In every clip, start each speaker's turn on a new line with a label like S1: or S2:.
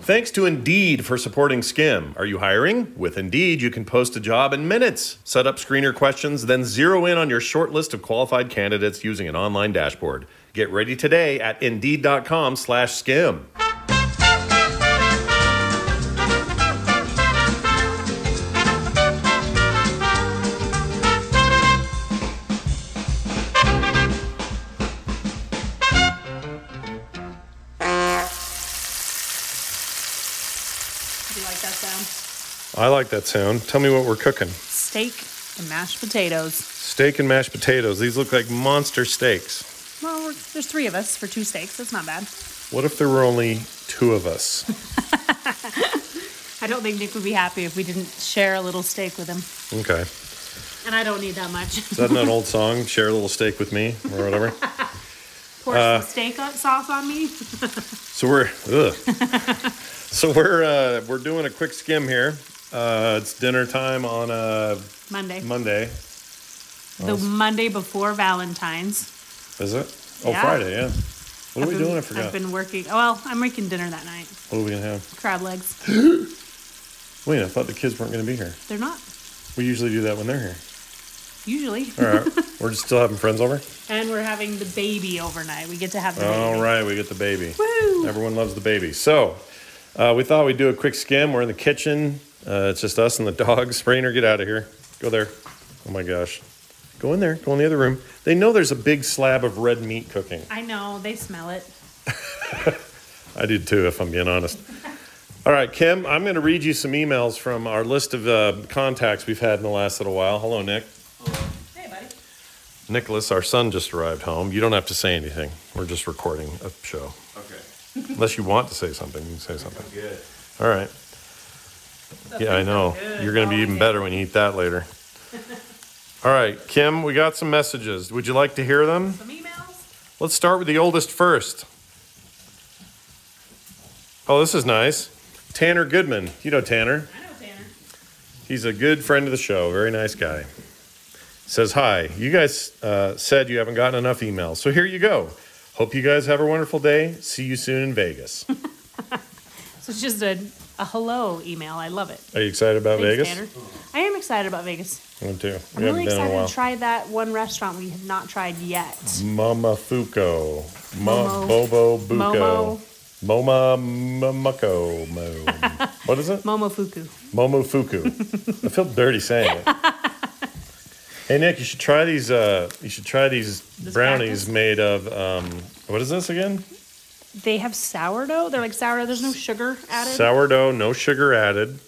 S1: Thanks to Indeed for supporting Skim. Are you hiring? With Indeed, you can post a job in minutes. Set up screener questions, then zero in on your short list of qualified candidates using an online dashboard. Get ready today at indeed.com slash skim.
S2: Do you like that sound?
S1: I like that sound. Tell me what we're cooking.
S2: Steak and mashed potatoes.
S1: Steak and mashed potatoes. These look like monster steaks.
S2: Well, we're, there's three of us for two steaks. That's not bad.
S1: What if there were only two of us?
S2: I don't think Nick would be happy if we didn't share a little steak with him.
S1: Okay.
S2: And I don't need that much.
S1: Is that an old song? Share a little steak with me or whatever.
S2: Pour
S1: Uh.
S2: some steak o- sauce on me.
S1: So we're ugh. so we're uh, we're doing a quick skim here. Uh, it's dinner time on a
S2: Monday.
S1: Monday,
S2: the Monday before Valentine's.
S1: is it? Oh,
S2: Yeah.
S1: Friday, yeah. What are
S2: I've
S1: we
S2: been-
S1: doing? I
S2: I've
S1: forgot.
S2: been working. oh, Well, I'm making dinner that night.
S1: What are we gonna have?
S2: Crab legs.
S1: Wait, I thought the kids weren't gonna be here.
S2: They're not
S1: We usually do that when they're here.
S2: usually.
S1: All right, we're just still having friends over.
S2: And we're having the baby overnight. We get to have the baby.
S1: All right, we get the baby.
S2: Woo!
S1: Everyone loves the baby. So uh, we thought we'd do a quick skim. We're in the kitchen. Uh, it's just us and the dogs. Rainer, get out of here. Go there. Oh my gosh. Go in there. Go in the other room. They know there's a big slab of red meat cooking.
S2: I know they smell it.
S1: I did too, if I'm being honest. All right, Kim, I'm going to read you some emails from our list of uh, contacts we've had in the last little while. Hello, Nick.
S2: Hey, buddy.
S1: Nicholas, our son, just arrived home. You don't have to say anything. We're just recording a show.
S3: Okay,
S1: Unless you want to say something, you can say something.
S3: good.
S1: All right. Yeah, I know. You're going to be
S2: Oh,
S1: even
S2: yeah.
S1: better when you eat that later. All right, Kim, we got some messages. Would you like to hear them?
S2: Some emails.
S1: Let's start with the oldest first. Oh, this is nice. Tanner Goodman. You know Tanner.
S2: I know Tanner.
S1: He's a good friend of the show, very nice guy. Says, Hi, you guys uh, said you haven't gotten enough emails, so here you go. Hope you guys have a wonderful day. See you soon in Vegas.
S2: So it's just a, a hello email. I love it.
S1: Are you excited about
S2: Thanks,
S1: Vegas?
S2: Tanner. I am excited about Vegas.
S1: Me too.
S2: I'm really excited to try that one restaurant we have not tried yet.
S1: Mama Fuko. Ma-
S2: Momo.
S1: Bobo
S2: Momo
S1: Buko. Moma Mumuko. Mo. what is it?
S2: Momofuku.
S1: Momofuku. I feel dirty saying it. Hey Nick, you should try these. Uh, you should try these
S2: This
S1: brownies
S2: practice?
S1: made of. Um, what is this again?
S2: They have sourdough. They're like sourdough. There's no sugar added.
S1: Sourdough, no sugar added.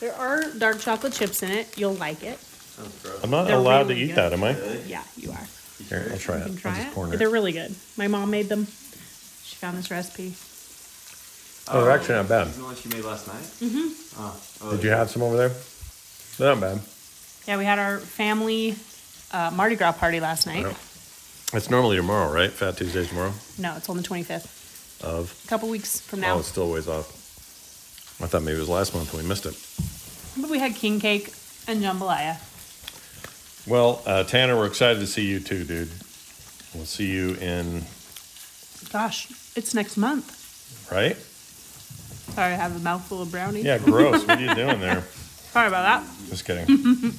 S2: there are dark chocolate chips in it. You'll like it.
S3: Sounds gross.
S1: I'm not
S2: They're
S1: allowed to
S2: really
S1: eat
S2: good.
S1: that, am I?
S2: Yeah, you are.
S1: Here, I'll try it.
S2: You can
S1: I'll
S2: try
S1: just
S2: it.
S1: corner
S2: They're really good. My mom made them. She found this recipe.
S1: Oh, they're actually not bad.
S3: Is the one you made last night? Mm-hmm. Oh, oh,
S1: Did you have some over there? They're not bad.
S2: Yeah, we had our family uh, Mardi Gras party last night.
S1: Yeah. It's normally tomorrow, right? Fat Tuesday tomorrow.
S2: No, it's on the 25th.
S1: Of
S2: A couple weeks from
S1: Oh,
S2: now.
S1: it's still a ways off. I thought maybe it was last month and we missed it.
S2: But we had king cake and jambalaya.
S1: Well, uh, Tanner, we're excited to see you too, dude. We'll see you in
S2: Gosh, it's next month.
S1: right.
S2: Sorry, I have a mouthful of brownie.
S1: Yeah, gross. what are you doing there?
S2: Sorry about that.
S1: Just kidding.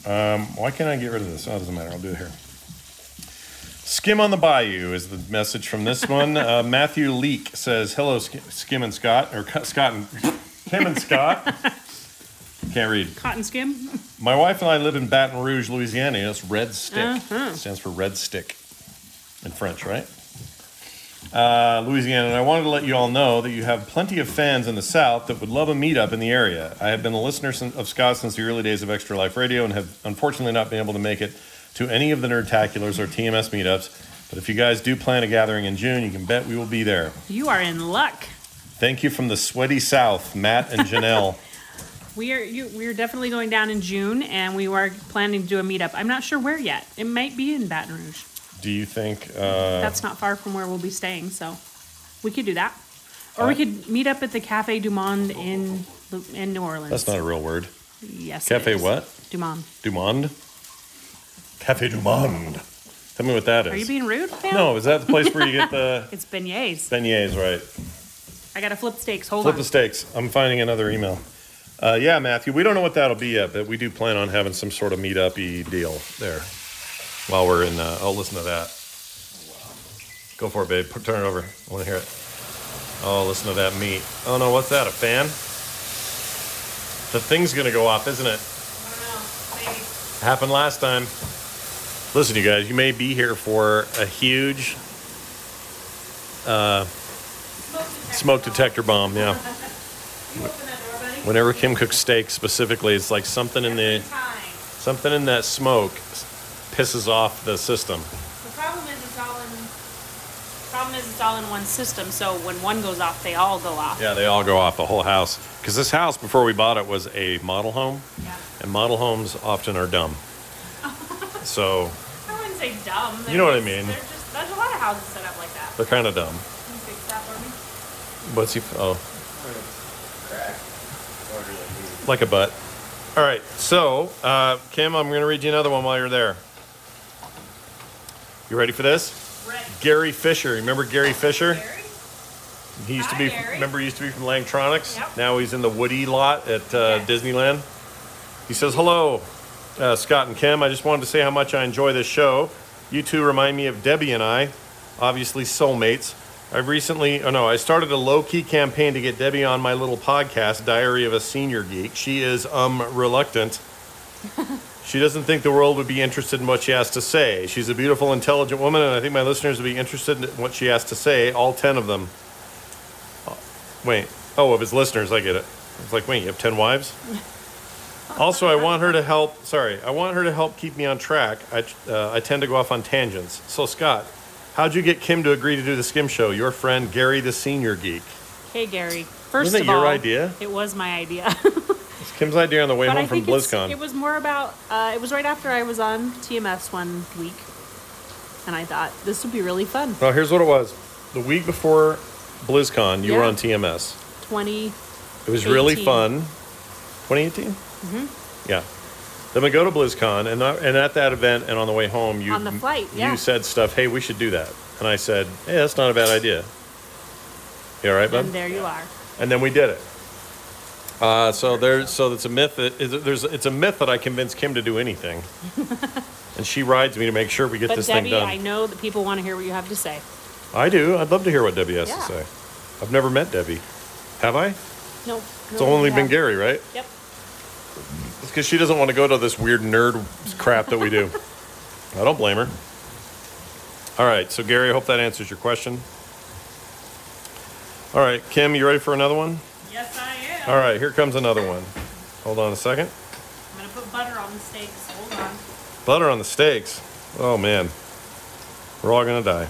S1: um, why can't I get rid of this? Oh, it doesn't matter. I'll do it here. Skim on the Bayou is the message from this one. Uh, Matthew Leek says, "Hello, Sk- Skim and Scott, or Co- Scott and Kim and Scott." Can't read.
S2: Cotton skim.
S1: My wife and I live in Baton Rouge, Louisiana. That's Red Stick.
S2: Uh-huh.
S1: Stands for Red Stick in French, right? Uh, Louisiana. And I wanted to let you all know that you have plenty of fans in the South that would love a meetup in the area. I have been a listener sin- of Scott since the early days of Extra Life Radio and have unfortunately not been able to make it to any of the Nerdtaculars or TMS meetups. But if you guys do plan a gathering in June, you can bet we will be there.
S2: You are in luck.
S1: Thank you from the sweaty South, Matt and Janelle.
S2: We are you, we are definitely going down in June, and we are planning to do a meetup. I'm not sure where yet. It might be in Baton Rouge.
S1: do you think? Uh,
S2: That's not far from where we'll be staying, so we could do that, or we
S1: Uh,
S2: could meet up at the Cafe Du Monde in in New Orleans.
S1: that's not a real word.
S2: yes. it
S1: Cafe
S2: is.
S1: what?
S2: Du Monde.
S1: Dumond? Cafe Dumond. Tell me what that
S2: Are you
S1: is.
S2: being rude? Fam?
S1: No, is that the place where you get the
S2: It's beignets.
S1: beignets, right?
S2: I gotta flip stakes. Hold
S1: Flip
S2: on.
S1: the stakes. I'm finding another email. Uh, yeah, Matthew, we don't know what that'll be yet, but we do plan on having some sort of meetup-y deal there while we're in. Uh, I'll listen to that. Go for it, babe. Put- Turn it over. I want to hear it. Oh, listen to that meat. Oh, no, what's that? A fan? The thing's going to go off, isn't it? Happened last time. Listen, you guys, you may be here for a huge smoke detector bomb, yeah. Whenever Kim cooks steak specifically, it's like something in the something in that smoke pisses off the system.
S2: The problem is it's all in. Problem is it's all in one system. So when one goes off, they all go off.
S1: Yeah, they all go off the whole house because this house before we bought it was a model home,
S2: Yeah.
S1: and model homes often are dumb. so
S2: I wouldn't say dumb.
S1: You know what I
S2: They're
S1: mean.
S2: just- They're just, there's a lot of houses set up like that.
S1: they're kind of dumb.
S2: Can you fix that for me?
S1: What's he? Oh,
S3: Crack. Order like
S1: like a butt. All right, so uh, Kim, I'm going to read you another one while you're there. You ready for this?
S2: Ready.
S1: Gary Fisher. Remember Gary Fisher?
S2: Gary?
S1: He used to
S2: Hi,
S1: be,
S2: Gary.
S1: remember, he used to be from Langtronics.
S2: Yep.
S1: Now he's in the Woody lot at uh,
S2: Yes.
S1: Disneyland. He says, Hello, uh, Scott and Kim. I just wanted to say how much I enjoy this show. You two remind me of Debbie and I, obviously soulmates. I've recently, oh no, I started a low key campaign to get Debbie on my little podcast, Diary of a Senior Geek. She is um reluctant. She doesn't think the world would be interested in what she has to say. She's a beautiful, intelligent woman, and I think my listeners would be interested in what she has to say, all 10 of them. Uh, Wait. Oh, of his listeners, I get it. It's like, wait, you have 10 wives? also, I want her to help. Sorry, I want her to help keep me on track. I, uh, I tend to go off on tangents. So, Scott, how'd you get Kim to agree to do the Skim Show? Your friend Gary, the senior geek.
S2: Hey Gary. 1st
S1: Wasn't it
S2: of
S1: your
S2: all,
S1: idea?
S2: It was my idea.
S1: It's Kim's idea on the way
S2: but I
S1: home from
S2: think it's-
S1: BlizzCon.
S2: it was more about. Uh, it was right after I was on TMS one week, and I thought this would be really fun.
S1: well, here's what it was. The week before BlizzCon, you were
S2: Yeah.
S1: on TMS.
S2: Twenty.
S1: It was really
S2: 18.
S1: fun. 2018? Mm-hmm. Yeah. Then we go to BlizzCon, and, I, and at that event and on the way home, you
S2: On the flight, yeah.
S1: you said stuff, hey, we should do that. And I said, hey, that's not a bad idea. You all right, bud?
S2: And there you are.
S1: And then we did it. Uh, so there's so it's a myth that is there's it's a myth that I convinced Kim to do anything, and she rides me to make sure we get
S2: But
S1: this
S2: Debbie,
S1: thing done.
S2: I know that people want to hear what you have to say.
S1: I do. I'd love to hear what Debbie has to
S2: Yeah.
S1: say. I've never met Debbie. Have I?
S2: No.
S1: It's only been Gary, right?
S2: Yep.
S1: It's because she doesn't want to go to this weird nerd crap that we do. I don't blame her. All right, so Gary, I hope that answers your question. All right, Kim, you ready for another one?
S2: Yes, I am.
S1: All right, here comes another one. Hold on a second.
S2: I'm gonna put butter on the steaks. Hold on.
S1: Butter on the steaks. Oh man, we're all gonna die.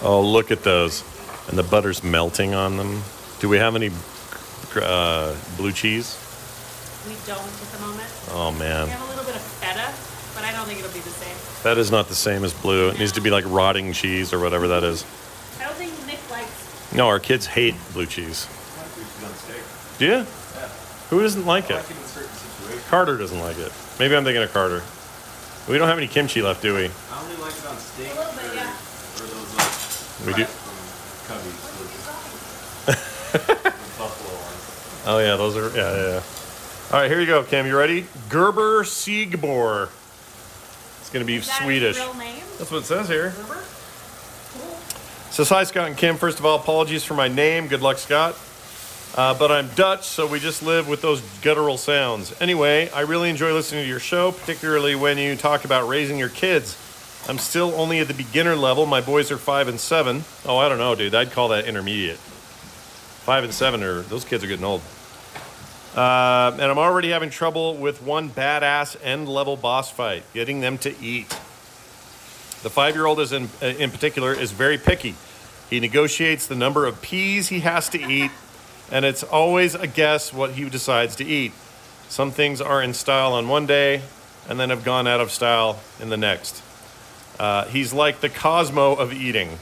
S1: Oh, look at those, and the butter's melting on them. Do we have any uh, blue cheese?
S2: We don't at the moment.
S1: Oh man.
S2: We have a little bit of feta, but I don't think it'll be the same.
S1: That is not the same as blue. It needs to be like rotting cheese or whatever that is.
S2: I don't think Nick likes.
S1: No, our kids hate blue cheese.
S3: on steak.
S1: Do you? Who doesn't like
S3: I
S1: it?
S3: like it in certain situations.
S1: Carter doesn't like it. Maybe I'm thinking of Carter. We don't have any kimchi left, do we?
S3: I only like it on steak.
S2: A little bit,
S3: or,
S2: yeah.
S3: Or those uh, like.
S1: We do-
S3: crap From Cubby's. the buffalo ones.
S1: Oh yeah, those are yeah yeah. yeah. All right, here you go, Kim. You ready? Gerber Siegbor. It's gonna be
S2: Is that
S1: Swedish.
S2: His real name?
S1: That's what it says here.
S2: Gerber? Cool.
S1: Says hi, Scott and Kim. First of all, apologies for my name. Good luck, Scott. Uh, but I'm Dutch, so we just live with those guttural sounds. Anyway, I really enjoy listening to your show, particularly when you talk about raising your kids. I'm still only at the beginner level. My boys are five and seven. Oh, I don't know, dude. I'd call that intermediate. Five and seven are those kids are getting old. Uh, and I'm already having trouble with one badass end level boss fight, getting them to eat. The five year old is in, uh, in particular is very picky. He negotiates the number of peas he has to eat, and it's always a guess what he decides to eat. Some things are in style on one day and then have gone out of style in the next. Uh, he's like the Cosmo of eating.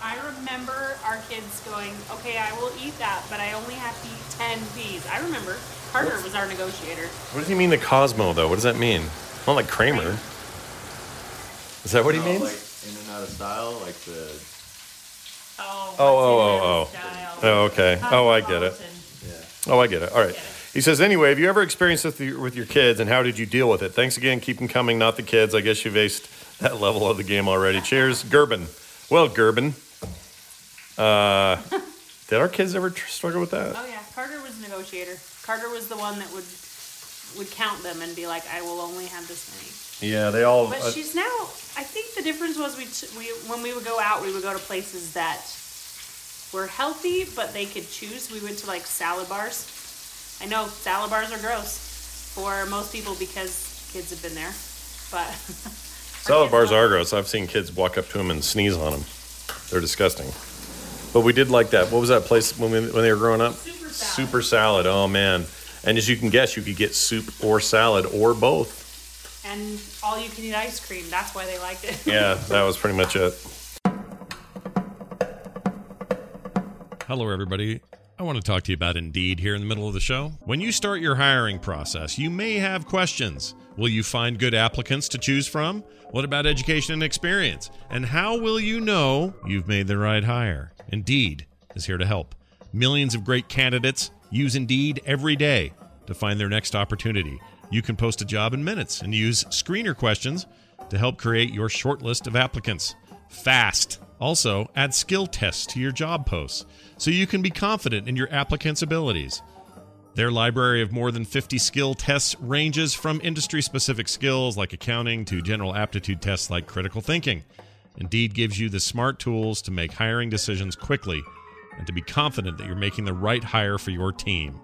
S2: I remember our kids going, okay, I will eat that, but I only have to eat 10 peas. I remember Carter was our negotiator.
S1: What does he mean, the Cosmo, though? What does that mean? Not like Kramer. Is that what he
S3: No,
S1: means?
S3: Like in and out of style, like the
S2: Oh,
S1: Oh, oh,
S2: what's in
S1: oh,
S2: Iowa style.
S1: Oh, okay. Oh, I get it.
S2: Cosmopolitan.
S1: Oh, I get it. All right.
S2: Yeah.
S1: He says, anyway, have you ever experienced this with your- with your kids and how did you deal with it? Thanks again. Keep them coming, not the kids. I guess you've aced that level of the game already. Cheers, Gerben. Well, Gerben, uh, did our kids ever tr- struggle with that?
S2: Oh yeah, Carter was a negotiator. Carter was the one that would would count them and be like, "I will only have this many."
S1: Yeah, they all. uh,
S2: But she's now. I think the difference was we, t- we when we would go out, we would go to places that were healthy, but they could choose. We went to like salad bars. I know salad bars are gross for most people because kids have been there, but
S1: Salad bars are gross. I've seen kids walk up to them and sneeze on them. They're disgusting. But we did like that. What was that place when, we, when they were growing up?
S2: Super salad.
S1: Super salad. Oh, man. And as you can guess, you could get soup or salad or both.
S2: and all you can eat ice cream. That's why they liked it.
S1: Yeah, that was pretty much it. Hello, everybody. I want to talk to you about Indeed here in the middle of the show. When you start your hiring process, you may have questions. Will you find good applicants to choose from? What about education and experience? And how will you know you've made the right hire? Indeed is here to help. Millions of great candidates use Indeed every day to find their next opportunity. You can post a job in minutes and use screener questions to help create your short list of applicants fast. Also, add skill tests to your job posts so you can be confident in your applicant's abilities. Their library of more than 50 skill tests ranges from industry specific skills like accounting to general aptitude tests like critical thinking. Indeed gives you the smart tools to make hiring decisions quickly and to be confident that you're making the right hire for your team.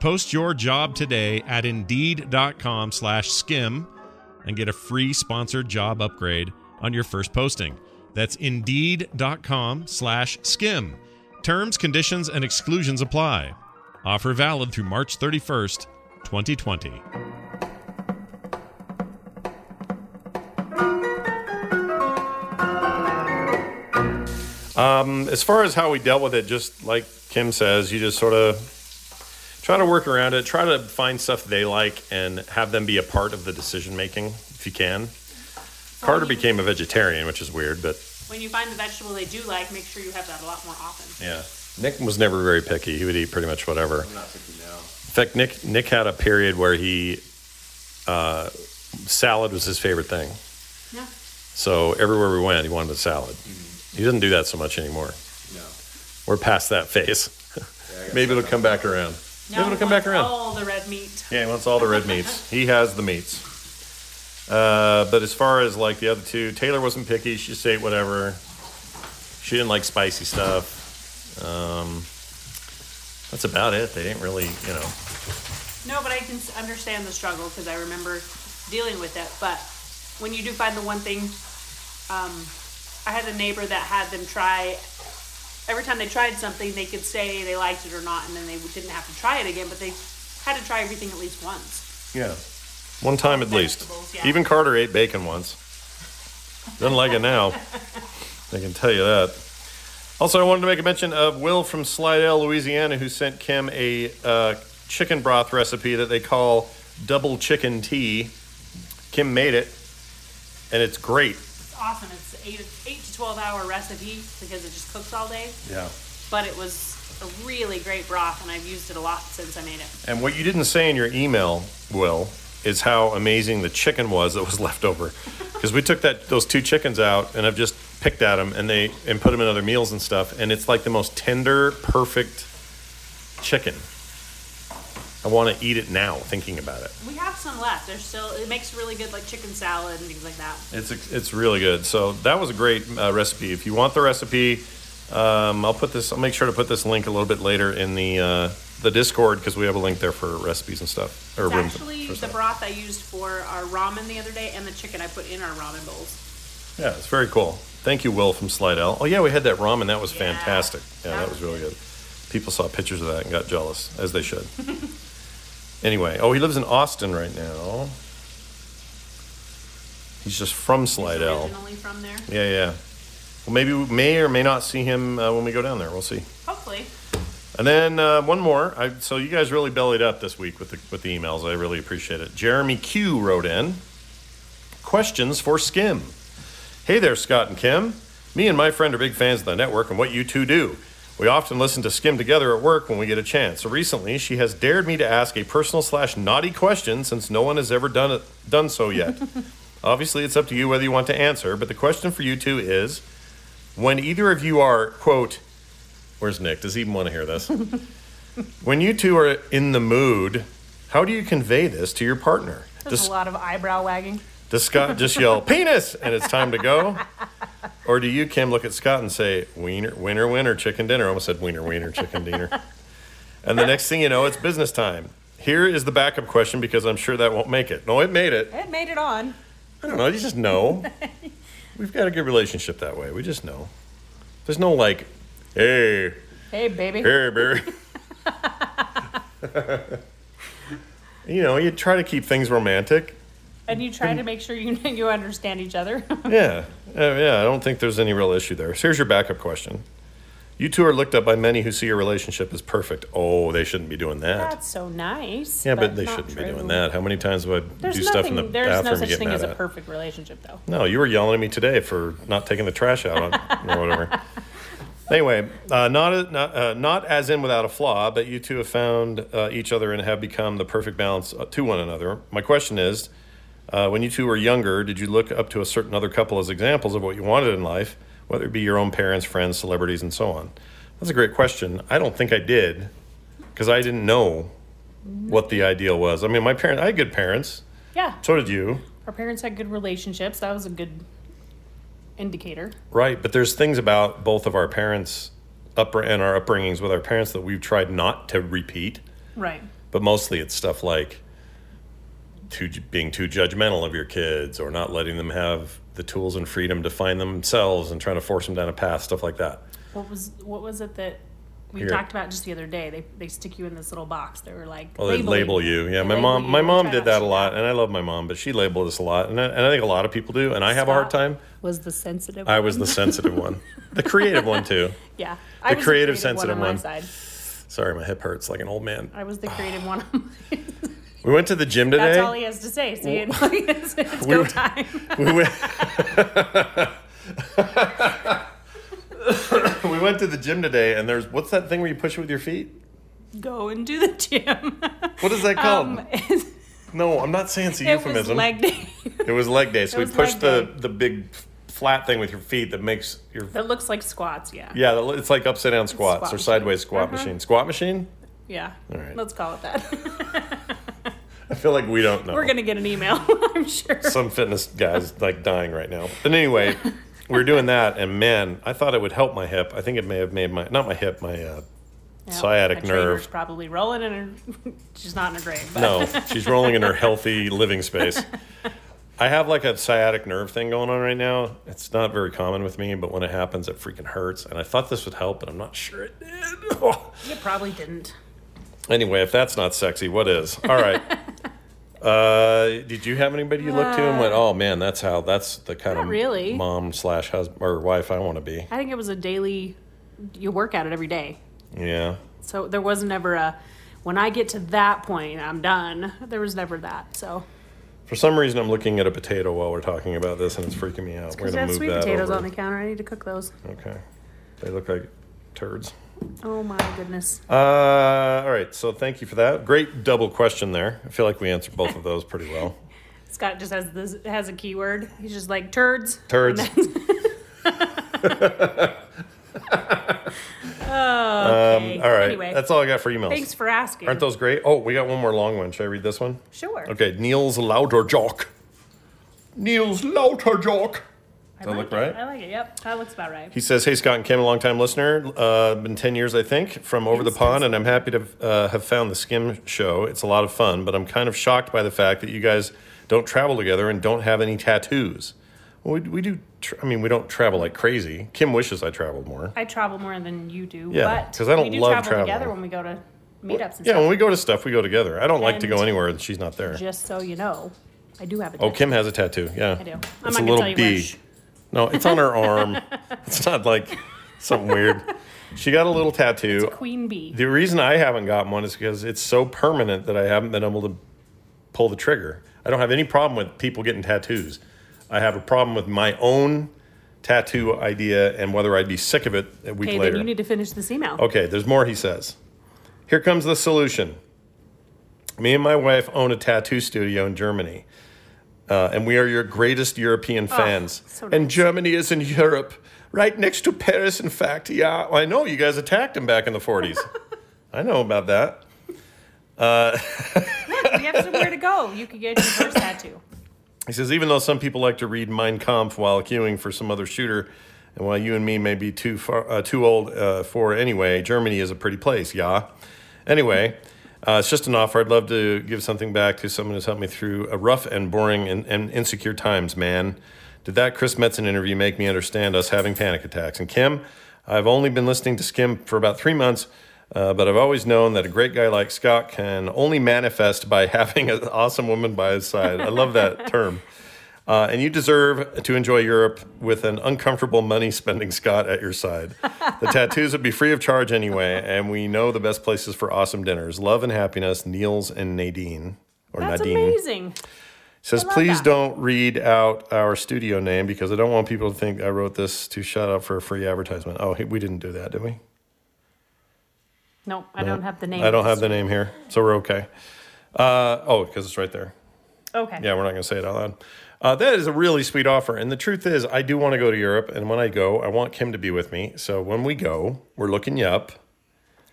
S1: Post your job today at indeed.com/skim slash skim and get a free sponsored job upgrade on your first posting. That's indeed.com slash skim. Terms, conditions, and exclusions apply. Offer valid through March 31st, 2020. Um, as far as how we dealt with it, just like Kim says, you just sort of try to work around it try to find stuff they like and have them be a part of the decision making if you can carter became a vegetarian which is weird but
S2: When you find the vegetable they do like, make sure you have that a lot more often.
S1: yeah nick was never very picky he would eat pretty much whatever
S3: I'm not thinking now.
S1: in fact nick nick had a period where he uh, salad was his favorite thing
S2: Yeah.
S1: so everywhere we went he wanted a salad he doesn't do that so much anymore
S3: No.
S1: we're past that phase
S3: Yeah, I got
S1: maybe it'll come back around
S2: Now
S1: maybe it'll
S2: he
S1: come back
S2: wants
S1: around
S2: All the red meat.
S1: Yeah, he wants all the red meats. He has the meats. Uh, but as far as like the other two, Taylor wasn't picky. She just ate whatever. She didn't like spicy stuff. Um, that's about it. They didn't really, you know.
S2: No, but I can s- understand the struggle because I remember dealing with it. But when you do find the one thing, um, I had a neighbor that had them try. Every time they tried something, they could say they liked it or not, and then they didn't have to try it again. But they had to try everything at least once.
S1: Yeah. One time at least.
S2: Vegetables, yeah.
S1: Even Carter ate bacon once. Doesn't like it now. I can tell you that. Also, I wanted to make a mention of Will from Slidell, Louisiana, who sent Kim a uh, chicken broth recipe that they call double chicken tea. Kim made it, and it's great.
S2: It's awesome. It's an eight eight to twelve hour recipe because it just cooks all day.
S1: Yeah.
S2: But it was a really great broth, and I've used it a lot since I made it.
S1: And what you didn't say in your email, Will, is how amazing the chicken was that was left over. Because we took that those two chickens out, and I've just picked at them and they and put them in other meals and stuff, and it's like the most tender, perfect chicken. I want to eat it now, thinking about it.
S2: We have some left. There's still. It makes really good like chicken salad and things like that.
S1: It's it's really good. So that was a great uh, recipe. If you want the recipe, um, I'll put this. I'll make sure to put this link a little bit later in the uh, the Discord because we have a link there for recipes and stuff. Or
S2: It's
S1: room
S2: actually
S1: for
S2: the
S1: stuff.
S2: broth I used for our ramen the other day and the chicken I put in our ramen bowls.
S1: Yeah, it's very cool. Thank you, Will from Slidell. Oh yeah, we had that ramen. That was
S2: Yeah.
S1: fantastic. Yeah, that,
S2: That
S1: was
S2: was
S1: really good. People saw pictures of that and got jealous, as they should. anyway, oh, he lives in Austin right now. He's just from
S2: He's
S1: Slidell.
S2: Originally from there.
S1: Yeah, yeah. Well, maybe we may or may not see him uh, when we go down there. We'll see.
S2: Hopefully.
S1: And then uh, one more. I, so you guys really bellied up this week with the with the emails. I really appreciate it. Jeremy Q wrote in questions for Skim. Hey there, Scott and Kim. Me and my friend are big fans of the network and what you two do. We often listen to Skim together at work when we get a chance. So recently, she has dared me to ask a personal slash naughty question since no one has ever done it, done so yet. Obviously, it's up to you whether you want to answer, but the question for you two is when either of you are, quote, where's Nick? Does he even want to hear this? when you two are in the mood, how do you convey this to your partner?
S2: There's a lot of eyebrow wagging.
S1: Does Scott just yell penis and it's time to go? Or do you, Kim, look at Scott and say, wiener, winner, winner, chicken dinner? I almost said wiener, wiener, chicken dinner. and the next thing you know, it's business time. Here is the backup question because I'm sure that won't make it. No, it made it.
S2: It made it on.
S1: I don't know. You just know. We've got a good relationship that way. We just know. There's no like, hey,
S2: Hey, baby.
S1: hey, Barry. you know, you try to keep things romantic.
S2: And you try to make sure you you understand each other.
S1: Yeah, uh, yeah. I don't think there's any real issue there. So here's your backup question. You two are looked up by many who see your relationship as perfect. Oh, they shouldn't be doing that.
S2: That's so nice.
S1: yeah, but, they
S2: not
S1: shouldn't be
S2: true.
S1: doing that. How many times have I
S2: There's
S1: do
S2: nothing.
S1: stuff in the
S2: there's
S1: bathroom
S2: no
S1: and
S2: such
S1: get
S2: thing
S1: mad
S2: as a
S1: at?
S2: perfect relationship, though.
S1: No, you were yelling at me today for not taking the trash out on, or whatever. Anyway, uh, not, a, not, uh, not as in without a flaw, but you two have found uh, each other and have become the perfect balance uh, to one another. My question is uh, when you two were younger, did you look up to a certain other couple as examples of what you wanted in life, whether it be your own parents, friends, celebrities, and so on? That's a great question. I don't think I did because I didn't know what the ideal was. I mean, my parents, I had good parents.
S2: Yeah,
S1: So did you.
S2: our parents had good relationships. That was a good indicator.
S1: Right, but there's things about both of our parents' upper and our upbringings with our parents that we've tried not to repeat.
S2: Right.
S1: But mostly it's stuff like too, being too judgmental of your kids or not letting them have the tools and freedom to find themselves and trying to force them down a path, stuff like that.
S2: What was what was it that we
S1: Here.
S2: talked about just the other day? They they stick you in this little box. They were like,
S1: Well, Oh, they label you. Yeah, my
S2: label
S1: mom.
S2: you
S1: My
S2: and
S1: mom
S2: try
S1: did
S2: not
S1: that
S2: to
S1: a
S2: do
S1: lot, and I love my mom, but she labeled us a lot, and I, and I think a lot of people do, and I have a hard
S2: Scott
S1: time.
S2: Was the sensitive?
S1: I was
S2: one.
S1: the sensitive one, the creative one too.
S2: yeah.
S1: the
S2: I was
S1: creative sensitive
S2: on
S1: one.
S2: my side.
S1: Sorry, my hip hurts like an old man.
S2: I was the creative one. on my
S1: We went to the gym today.
S2: That's all he has to say. See, it's, it's, it's
S1: We
S2: go
S1: were-
S2: time.
S1: we went. we went to the gym today, and there's what's that thing where you push it with your feet?
S2: go and do the gym.
S1: What is that called?
S2: Um, it,
S1: no, I'm not saying it's a
S2: it was
S1: euphemism.
S2: leg day.
S1: it was leg day, so
S2: It
S1: we
S2: was
S1: pushed
S2: leg
S1: the
S2: day.
S1: the big flat thing with your feet that makes your
S2: that looks like squats. Yeah.
S1: yeah, that- it's like upside down squats
S2: squat
S1: or
S2: machine.
S1: sideways squat
S2: Uh-huh.
S1: machine. Squat machine?
S2: Yeah.
S1: All right.
S2: Let's call it that.
S1: I feel like we don't know.
S2: We're gonna get an email, I'm sure.
S1: some fitness guys like dying right now. But anyway, we were doing that, and man, I thought it would help my hip. I think it may have made my not my hip, my uh,
S2: Yeah,
S1: sciatic
S2: my trainer's
S1: nerve.
S2: probably rolling in her. She's not in her grave. But
S1: No, she's rolling in her healthy living space. I have like a sciatic nerve thing going on right now. It's not very common with me, but when it happens, it freaking hurts. And I thought this would help, but I'm not sure it did.
S2: you probably didn't.
S1: anyway, if that's not sexy, what is? All right. Uh, did you have anybody you looked to and went, oh man, that's how, that's the kind
S2: Uh, Not
S1: of
S2: really.
S1: mom slash husband or wife I want to be?
S2: I think it was a daily. You work at it every day,
S1: Yeah.
S2: so there was never a. When I get to that point, I'm done. There was never that. So
S1: For some reason, I'm looking at a potato while we're talking about this, and it's freaking me out. we're
S2: because
S1: gonna
S2: I have
S1: move
S2: sweet
S1: that
S2: potatoes
S1: over.
S2: on the counter. I need to cook those.
S1: Okay, they look like turds.
S2: Oh my goodness.
S1: Uh, all right. So thank you for that. Great double question there. I feel like we answered both of those pretty well.
S2: Scott just has this has a keyword. He's just like turds.
S1: Turds.
S2: Okay.
S1: All right.
S2: Anyway,
S1: That's all I got for emails.
S2: thanks for asking.
S1: Aren't those great? Oh, we got one more long one. Should I read this one?
S2: sure.
S1: Okay. Niels Lauterjock. Niels Lauterjock.
S2: I
S1: that
S2: like
S1: look
S2: it.
S1: right?
S2: I like it. Yep. That looks about right.
S1: He says, "Hey Scott and Kim, a longtime listener, uh, been ten years I think from over the pond, and I'm happy to uh, have found the Skim show. It's a lot of fun, but I'm kind of shocked by the fact that you guys don't travel together and don't have any tattoos. Well, we, we do. Tr- I mean, we don't travel like crazy. Kim wishes I traveled more.
S2: I travel more than you do.
S1: Yeah,
S2: but
S1: 'cause I don't
S2: we do
S1: love
S2: travel together
S1: traveling.
S2: when we go to meetups and
S1: Yeah, when
S2: stuff.
S1: we go to stuff, we go together. I don't like to go
S2: And-
S1: anywhere and she's not there.
S2: Just so you know, I do have a.
S1: Oh, Kim has a tattoo. Yeah,
S2: I do. I'm
S1: It's
S2: not
S1: a
S2: gonna
S1: little
S2: tell you where.
S1: bee.
S2: Shh.
S1: No, it's on her arm. It's not like something weird. She got a little tattoo.
S2: Queen bee.
S1: The reason I haven't gotten one is because it's so permanent that I haven't been able to pull the trigger. I don't have any problem with people getting tattoos. I have a problem with my own tattoo idea and whether I'd be sick of it a week
S4: Okay,
S1: later.
S4: then you need to finish this email.
S1: Okay, there's more, he says. Here comes the solution. Me and my wife own a tattoo studio in Germany, uh, and we are your greatest European fans.
S4: Oh, so
S1: And
S4: nice.
S1: Germany is in Europe, right next to Paris, in fact. Yeah, I know you guys attacked him back in the 40s. I know about that.
S4: We have somewhere to go. You could get your first tattoo.
S1: He says, even though some people like to read Mein Kampf while queuing for some other shooter, and while you and me may be too far, uh, too old uh, for anyway, Germany is a pretty place, yeah. Anyway, uh, it's just an offer. I'd love to give something back to someone who's helped me through a rough and boring and, and insecure times, man. Did that Chris Metzen interview make me understand us having panic attacks? And Kim, I've only been listening to Skim for about three months. Uh, but I've always known that a great guy like Scott can only manifest by having an awesome woman by his side. I love that term. Uh, and you deserve to enjoy Europe with an uncomfortable money spending Scott at your side. The tattoos would be free of charge anyway, and we know the best places for awesome dinners. Love and happiness, Niels and Nadine. Or
S4: That's
S1: Nadine.
S4: amazing.
S1: Says,
S4: love
S1: please
S4: that."
S1: don't read out our studio name because I don't want people to think I wrote this to shout out for a free advertisement. Oh, hey, we didn't do that, did we?
S4: No, I don't have the name.
S1: I don't have the name here, so we're okay. Uh, oh, because it's right there.
S4: Okay.
S1: Yeah, we're not going to say it out loud. Uh, that is a really sweet offer. And the truth is, I do want to go to Europe. And when I go, I want Kim to be with me. So when we go, we're looking you up.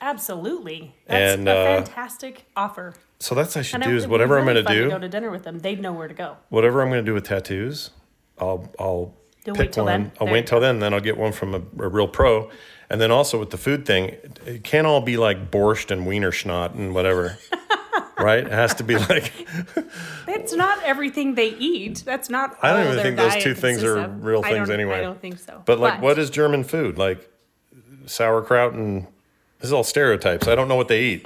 S4: Absolutely. That's
S1: And,
S4: a
S1: uh,
S4: fantastic offer.
S1: So that's what I should
S4: And
S1: do
S4: it
S1: is
S4: would be
S1: whatever I'm
S4: really
S1: going to
S4: fun
S1: do,
S4: To go to dinner with them. They'd know where to go.
S1: whatever I'm going to do with tattoos, I'll I'll
S4: You'll
S1: pick
S4: wait till
S1: one.
S4: then?
S1: I'll
S4: There
S1: wait
S4: you
S1: till then. Then I'll get one from a, a real pro. And then also with the food thing, it- it can't all be like borscht and wiener schnott and whatever, right? It has to be like
S4: That's not everything they eat. That's not.
S1: I don't
S4: all
S1: even
S4: their
S1: think those
S4: diet
S1: two things
S4: consists
S1: are
S4: of.
S1: real
S4: I
S1: things
S4: don't-
S1: anyway.
S4: I don't think so.
S1: But like, what is German food? Like sauerkraut and this is all stereotypes. I don't know what they eat.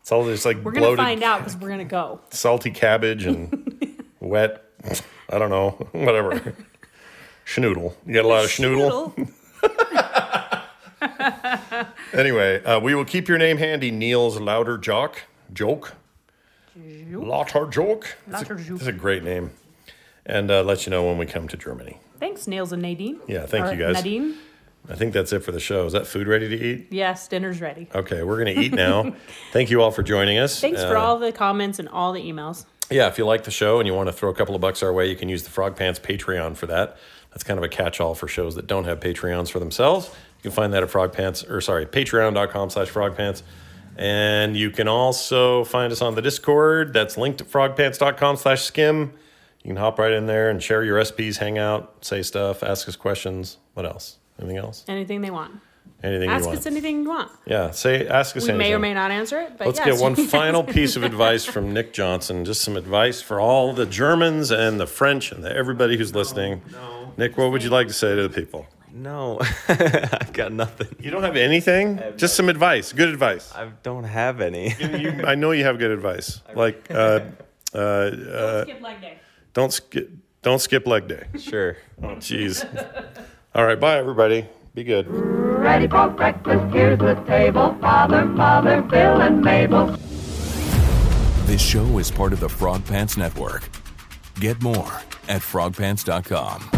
S1: it's all this like
S4: We're gonna
S1: bloated,
S4: find out because we're gonna go.
S1: salty cabbage and wet. I don't know, whatever. schnoodle. You got a lot of schnoodle. Anyway, uh, we will keep your name handy, Niels Louder Jock. Joke. Lauter Joke. That's a,
S4: Lauter Joke.
S1: that's a great name. And uh, let you know when we come to Germany.
S4: Thanks, Nails and Nadine.
S1: Yeah, thank
S4: Or
S1: you, guys.
S4: Nadine.
S1: I think that's it for the show. Is that food ready to eat?
S4: Yes, dinner's ready.
S1: Okay, we're going to eat now. Thank you all for joining us.
S4: Thanks for
S1: Uh,
S4: all the comments and all the emails.
S1: Yeah, if you like the show and you want to throw a couple of bucks our way, you can use the Frog Pants Patreon for that. That's kind of a catch-all for shows that don't have Patreons for themselves. You can find that at Frog Pants, or sorry, patreon.com slash frogpants. And you can also find us on the Discord. That's linked at frogpants.com slash skim. You can hop right in there and share your SPs, hang out, say stuff, ask us questions. What else? Anything else?
S4: Anything they want.
S1: Anything
S4: Ask
S1: you want.
S4: us anything you want.
S1: yeah, say ask us
S4: We
S1: anything.
S4: may or may not answer it, but
S1: Let's
S4: yes,
S1: get one
S4: you can
S1: final
S4: ask.
S1: piece of advice from Nick Johnson. Just some advice for all the Germans and the French and the, everybody who's listening.
S3: no.
S1: Nick, what would you like to say to the people?
S5: No, I've got nothing.
S1: You don't have anything? Just some advice. Good advice.
S5: I don't have any.
S1: You, I know you have good advice. Like, uh, uh, uh,
S4: Skip leg day.
S1: don't skip, don't skip leg day.
S5: sure.
S1: Oh, jeez. All right, bye everybody. Be good.
S6: ready for breakfast. Here's the table. Father, Mother, Bill, and Mabel.
S7: This show is part of the Frog Pants Network. Get more at frogpants.com.